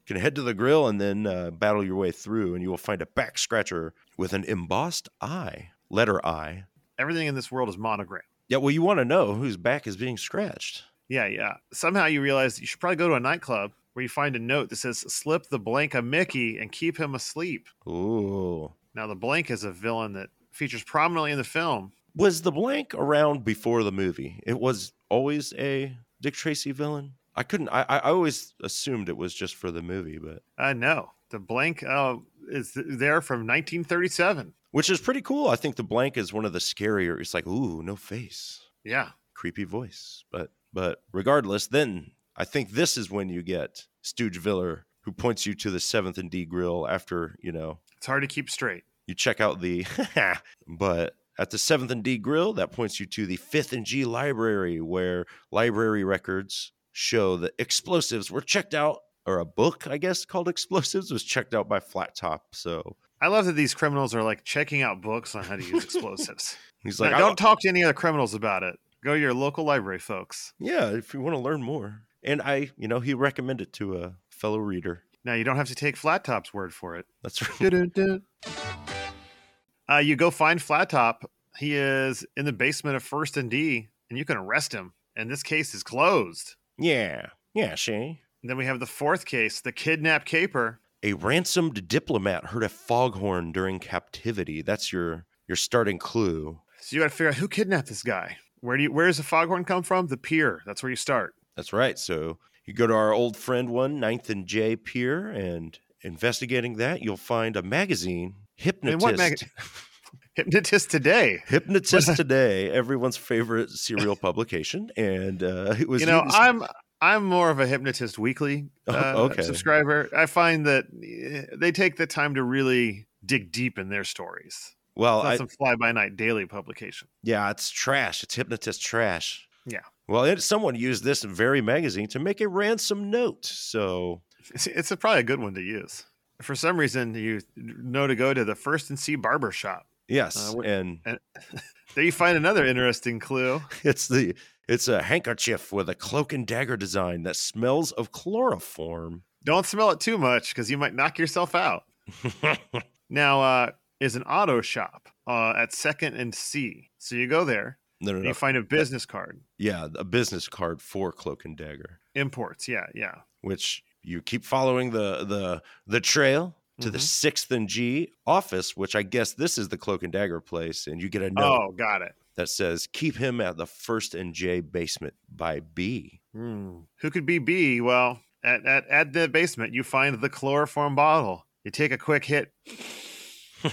can head to the grill and then uh, battle your way through, and you will find a back scratcher with an embossed I letter I. Everything in this world is monogram. Yeah, well, you want to know whose back is being scratched. Yeah, yeah. Somehow you realize you should probably go to a nightclub where you find a note that says slip the blank a Mickey and keep him asleep. Ooh. Now, the blank is a villain that features prominently in the film. Was the blank around before the movie? It was always a Dick Tracy villain. I couldn't. I, I I always assumed it was just for the movie, but Uh, no, the blank uh, is there from 1937. which is pretty cool. I think the blank is one of the scarier. It's like ooh, no face, Yeah. creepy voice. But but regardless, then I think this is when you get Stooge Viller, who points you to the Seventh and D Grill after you know It's hard to keep straight. you check out the but at the 7th and D grill that points you to the 5th and G library where library records show that explosives were checked out or a book I guess called explosives was checked out by flat top so I love that these criminals are like checking out books on how to use explosives. he's Now, like "Oh." I don't talk to any other criminals about it. Go to your local library, folks. yeah if you want to learn more and I you know he recommended to a fellow reader Now you don't have to take Flat Top's word for it. that's right Du-dun-dun. uh, you go find Flat Top. He is in the basement of First and D, and you can arrest him. And this case is closed. yeah yeah she And then we have the fourth case, the kidnap caper. A ransomed diplomat heard a foghorn during captivity. That's your your starting clue. So you got to figure out who kidnapped this guy. Where do you, where does the foghorn come from? The pier. That's where you start. That's right. So you go to our old friend one, Ninth and J Pier, and investigating that, you'll find a magazine, Hypnotist. what maga- Hypnotist today. Hypnotist Today, everyone's favorite serial publication, and uh, it was you know, it was- I'm I'm more of a hypnotist weekly Oh, uh, okay. subscriber. I find that eh, they take the time to really dig deep in their stories. well, It's not I, some fly by night daily publication. yeah, it's trash. It's hypnotist trash. Yeah. Well, it, someone used this very magazine to make a ransom note. So It's, it's a, probably a good one to use. For some reason, you know to go to the First and C Barber Shop. yes, Uh, what- and There you find another interesting clue. it's the it's a handkerchief with a cloak and dagger design that smells of chloroform. Don't smell it too much because you might knock yourself out. Now uh, is an auto shop uh, at Second and C. So you go there no, no, and no. you find a business card. Yeah, a business card for cloak and dagger. Imports, yeah, yeah. which you keep following the the the trail to the Mhm. sixth and G office, which I guess this is the cloak and dagger place, and you get a note Oh, got it. that says keep him at the first and J basement by B. Hmm. Who could be B? Well, at, at, at the basement, you find the chloroform bottle. You take a quick hit.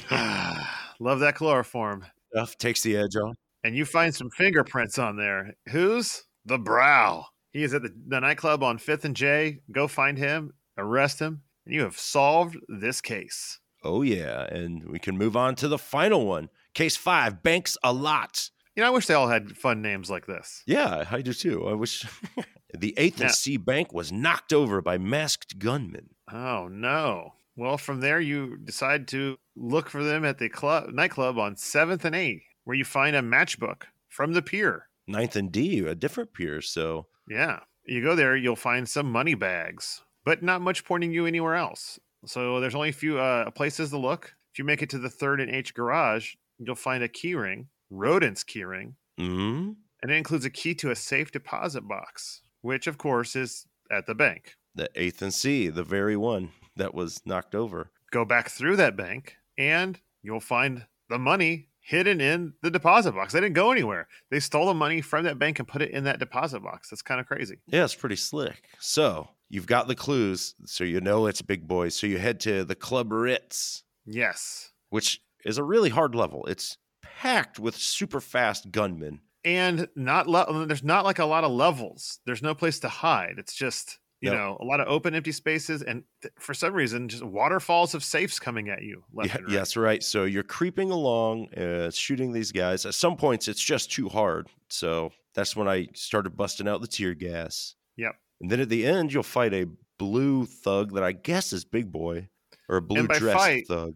Love that chloroform. Stuff takes the edge off. And you find some fingerprints on there. Whose? The brow. He is at the, the nightclub on 5th and J. Go find him, arrest him, and you have solved this case. Oh yeah, and we can move on to the final one. Case five, banks a lot. You know, I wish they all had fun names like this. Yeah, I do too. I wish the eighth Now- and C bank was knocked over by masked gunmen. Oh no. Well, from there you decide to look for them at the club nightclub on 7th and 8th, where you find a matchbook from the pier. Ninth and D, a different pier. So Yeah. You go there, you'll find some money bags, but not much pointing you anywhere else. So there's only a few uh, places to look. If you make it to the 3rd and H garage, you'll find a key ring, rodent's key ring, mm, and it includes a key to a safe deposit box, which of course is at the bank. the eighth and C, the very one that was knocked over. go back through that bank and you'll find the money hidden in the deposit box. They didn't go anywhere. They stole the money from that bank and put it in that deposit box. That's kind of crazy. Yeah, it's pretty slick. So you've got the clues, so you know it's big boys. So you head to the Club Ritz, Yes. which is a really hard level. It's packed with super fast gunmen. And not le- there's not like a lot of levels. There's no place to hide. It's just, you Yep. know, a lot of open empty spaces and th- for some reason just waterfalls of safes coming at you left Yeah, and right. yes, right. So you're creeping along, uh, shooting these guys. At some points, it's just too hard. So that's when I started busting out the tear gas. Yep. And then at the end, you'll fight a blue thug that I guess is Big Boy or a blue by dressed fight, thug.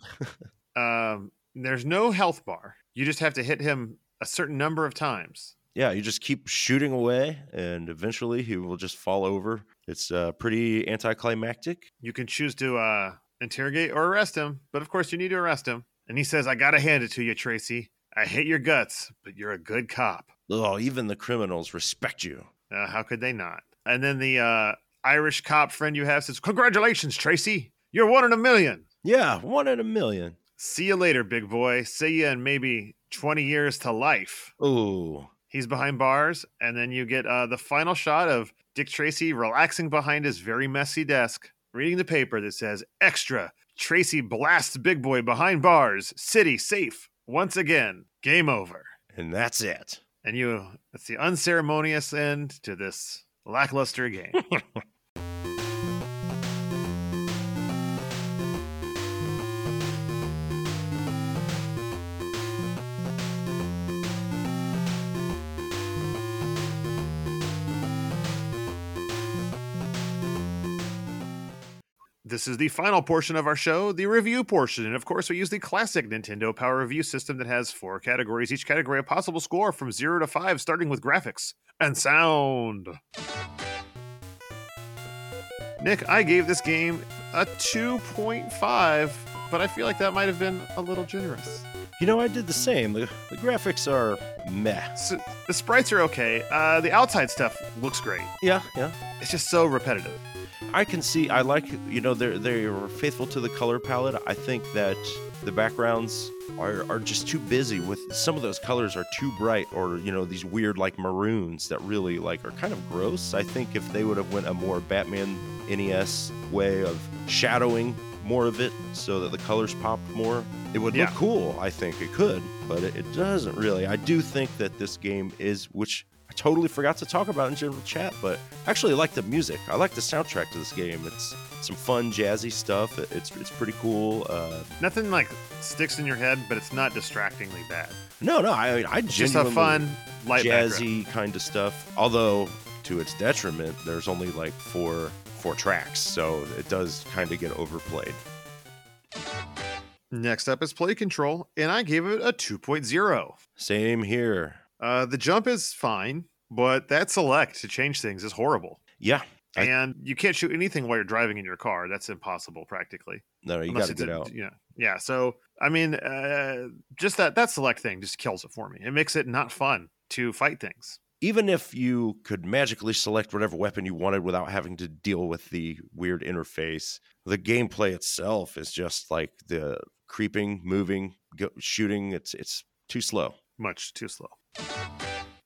Um there's no health bar. You just have to hit him a certain number of times. yeah, you just keep shooting away, and eventually he will just fall over. It's uh, pretty anticlimactic. You can choose to uh, interrogate or arrest him, but of course you need to arrest him. And he says, I gotta hand it to you, Tracy. I hate your guts, but you're a good cop. Oh, even the criminals respect you. Uh, how could they not? And then the uh, Irish cop friend you have says, Congratulations, Tracy. You're one in a million. Yeah, one in a million. See you later, big boy. See you in maybe 20 years to life. Ooh, He's behind bars. And then you get uh, the final shot of Dick Tracy relaxing behind his very messy desk, reading the paper that says, Extra, Tracy blasts Big Boy behind bars, city safe. Once again, game over. and that's it. And you, it's the unceremonious end to this lackluster game. This is the final portion of our show, the review portion. And of course, we use the classic Nintendo Power Review system that has four categories, each category a possible score from 0 to 5, starting with graphics and sound. Nick, I gave this game a 2.5, but I feel like that might have been a little generous. You know, I did the same. The, the graphics are meh. So, the sprites are okay. Uh, the outside stuff looks great. Yeah, yeah. It's just so repetitive. I can see. I like you know they they were faithful to the color palette. I think that the backgrounds are are just too busy with some of those colors are too bright or you know these weird like maroons that really like are kind of gross. I think if they would have went a more Batman NES way of shadowing more of it so that the colors pop more, it would Yeah. look cool. I think it could, but it, it doesn't really. I do think that this game is which. I totally forgot to talk about in general chat, but I actually like the music. I like the soundtrack to this game. It's some fun jazzy stuff. It- It's it's pretty cool. Uh, Nothing like sticks in your head, but it's not distractingly bad. no, no, I mean I It's just a genuinely fun, light background. jazzy kind of stuff. Although to its detriment, there's only like four four tracks, so it does kind of get overplayed. Next up is play control, and I gave it a 2.0. Same here. Uh, the jump is fine, but that select to change things is horrible. Yeah, I- and you can't shoot anything while you're driving in your car. That's impossible, practically. no, you Unless got to it's get a- out. Yeah, yeah. So I mean, uh, just that that select thing just kills it for me. It makes it not fun to fight things. even if you could magically select whatever weapon you wanted without having to deal with the weird interface, the gameplay itself is just like the creeping, moving, go, shooting. It's it's too slow. Much too slow.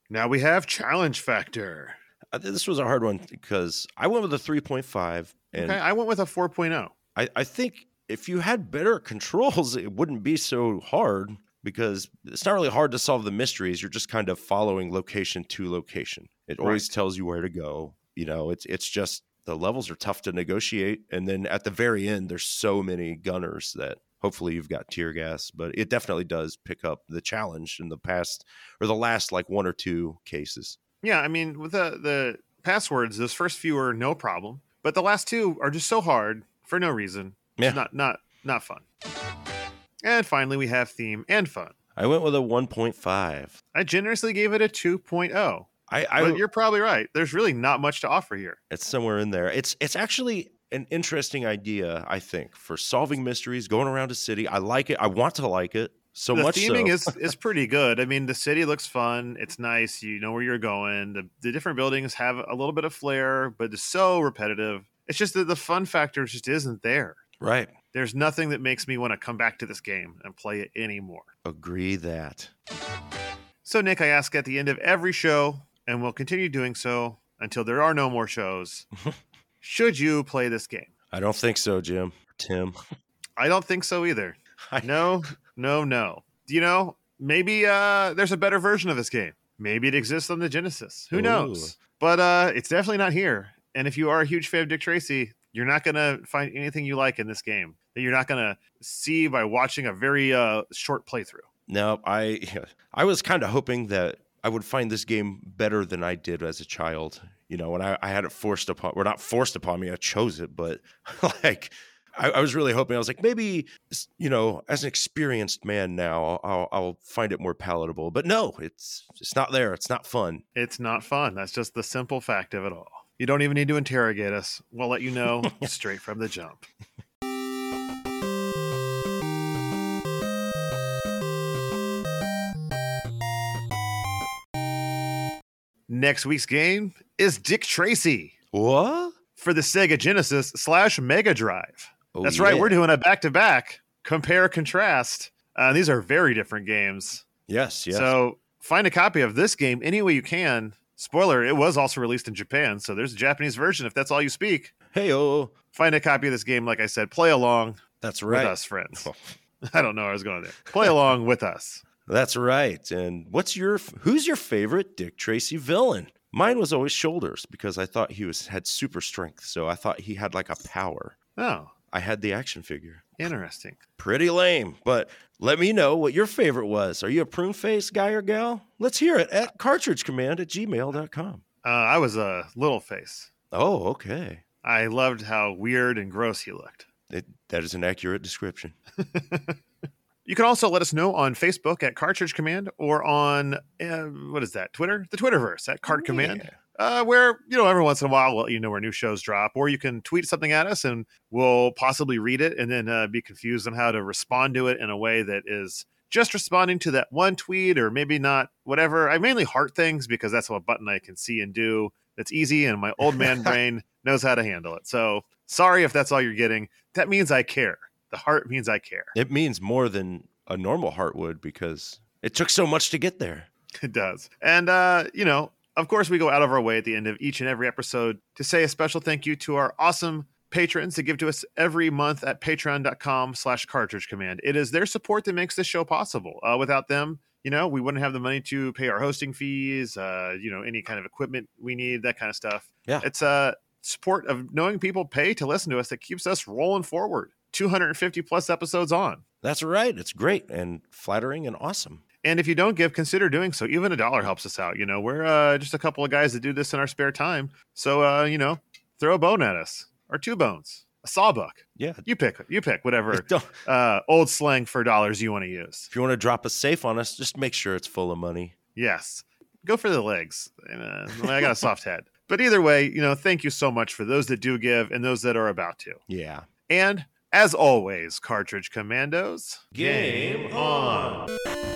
Now we have challenge factor. I, thi- this was a hard one because I went with a three point five, and okay, I went with a oh. 4.0. I, I think if you had better controls, it wouldn't be so hard because it's not really hard to solve the mysteries. You're just kind of following location to location. It always tells you where to go. You know, it's it's just the levels are tough to negotiate. And then at the very end, there's so many gunners that hopefully you've got tear gas, but it definitely does pick up the challenge in the past or the last like one or two cases. Yeah, I mean, with the the passwords, those first few are no problem, but the last two are just so hard for no reason. It's Yeah. not not not fun. And finally, we have theme and fun. I went with a 1.5. I generously gave it a 2.0. I, I But you're probably right. There's really not much to offer here. It's somewhere in there. It's it's actually an interesting idea, I think, for solving mysteries, going around a city. I like it. I want to like it so the much. theming so. is is pretty good. I mean, the city looks fun. It's nice. You know where you're going. The, the different buildings have a little bit of flair, but it's so repetitive. It's just that the fun factor just isn't there. right. There's nothing that makes me want to come back to this game and play it anymore. Agree that. So, Nick, I ask at the end of every show, and will continue doing so until there are no more shows. should you play this game? I don't think so, Jim. Tim. I don't think so either. I- No, no, no. You know, maybe uh, there's a better version of this game. Maybe it exists on the Genesis. Who Ooh. knows? But uh, it's definitely not here. And if you are a huge fan of Dick Tracy, you're not going to find anything you like in this game that you're not going to see by watching a very uh, short playthrough. No, I I was kind of hoping that I would find this game better than I did as a child. You know, when I, I had it forced upon, or not forced upon me, I chose it, but like I, I was really hoping. I was like, maybe s- you know, as an experienced man now, I'll, I'll find it more palatable. But no, it's it's not there. It's not fun. It's not fun. That's just the simple fact of it all. You don't even need to interrogate us. We'll let you know straight from the jump. Next week's game is Dick Tracy What? for the Sega Genesis slash Mega Drive. Oh, That's right. yeah. We're doing a back to back compare contrast. Uh, these are very different games. yes, yes. So find a copy of this game any way you can. Spoiler, it was also released in Japan, so there's a Japanese version if that's all you speak. hey, oh, Find a copy of this game, like I said, play along that's with right. us, friends. Oh. I don't know where I was going there. Play along with us. That's right. And what's your who's your favorite Dick Tracy villain? Mine was always Shoulders because I thought he was had super strength, so I thought he had like a power. Oh, I had the action figure. interesting. Pretty lame, but let me know what your favorite was. Are you a prune face guy or gal? Let's hear it at cartridgecommand at gmail.com. Uh, I was a little face. Oh, okay. I loved how weird and gross he looked. It, that is an accurate description. You can also let us know on Facebook at Cartridge Command or on, uh, what is that, Twitter? The Twitterverse at Cart Command. Oh, Yeah. uh, where you know every once in a while we'll let you know where new shows drop, or you can tweet something at us and we'll possibly read it and then uh, be confused on how to respond to it in a way that is just responding to that one tweet or maybe not whatever. I mainly heart things because that's what button I can see and do. It's easy, and my old man brain knows how to handle it. So sorry if that's all you're getting. That means I care. The heart means I care. It means more than a normal heart would because it took so much to get there. It does. And, uh, you know, of course, we go out of our way at the end of each and every episode to say a special thank you to our awesome patrons that give to us every month at patreon.com slash cartridge command. It is their support that makes this show possible. Uh, without them, you know, we wouldn't have the money to pay our hosting fees, uh, you know, any kind of equipment we need, that kind of stuff. Yeah. It's a support of knowing people pay to listen to us that keeps us rolling forward 250 plus episodes on. That's right. It's great and flattering and awesome. And if you don't give, consider doing so. Even a dollar helps us out. You know, we're uh, just a couple of guys that do this in our spare time. So, uh, you know, throw a bone at us or two bones, a sawbuck. Yeah. You pick, you pick whatever Don't- uh, old slang for dollars you want to use. if you want to drop a safe on us, just make sure it's full of money. Yes. Go for the legs. Uh, I got a soft head. But either way, you know, thank you so much for those that do give and those that are about to. Yeah. And as always, Cartridge Commandos. Game on.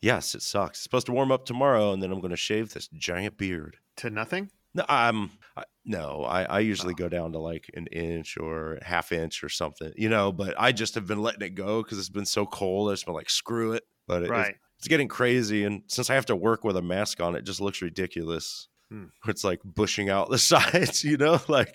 yes, it sucks. It's supposed to warm up tomorrow, and then I'm going to shave this giant beard. To nothing? No, um, I- no, I, I usually go down to like an inch or half inch or something, you know. But I just have been letting it go because it's been so cold. I just been like, screw it. But it, Right. it's, it's getting crazy, and since I have to work with a mask on, it just looks ridiculous. Hmm. It's like bushing out the sides, you know. Like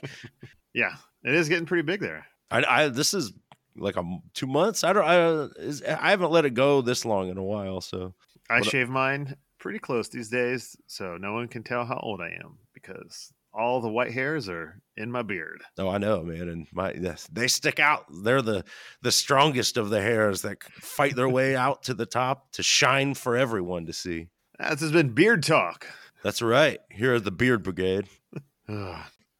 Yeah. It is getting pretty big there. I, I this is like a m- two months. I don't. I is, I haven't let it go this long in a while. So I What- shave mine pretty close these days, so no one can tell how old I am because all the white hairs are in my beard. Oh, I know, man, and my yes, they stick out. They're the the strongest of the hairs that c- fight their way out to the top to shine for everyone to see. This has been beard talk. That's right. Here are the Beard Brigade. Ugh,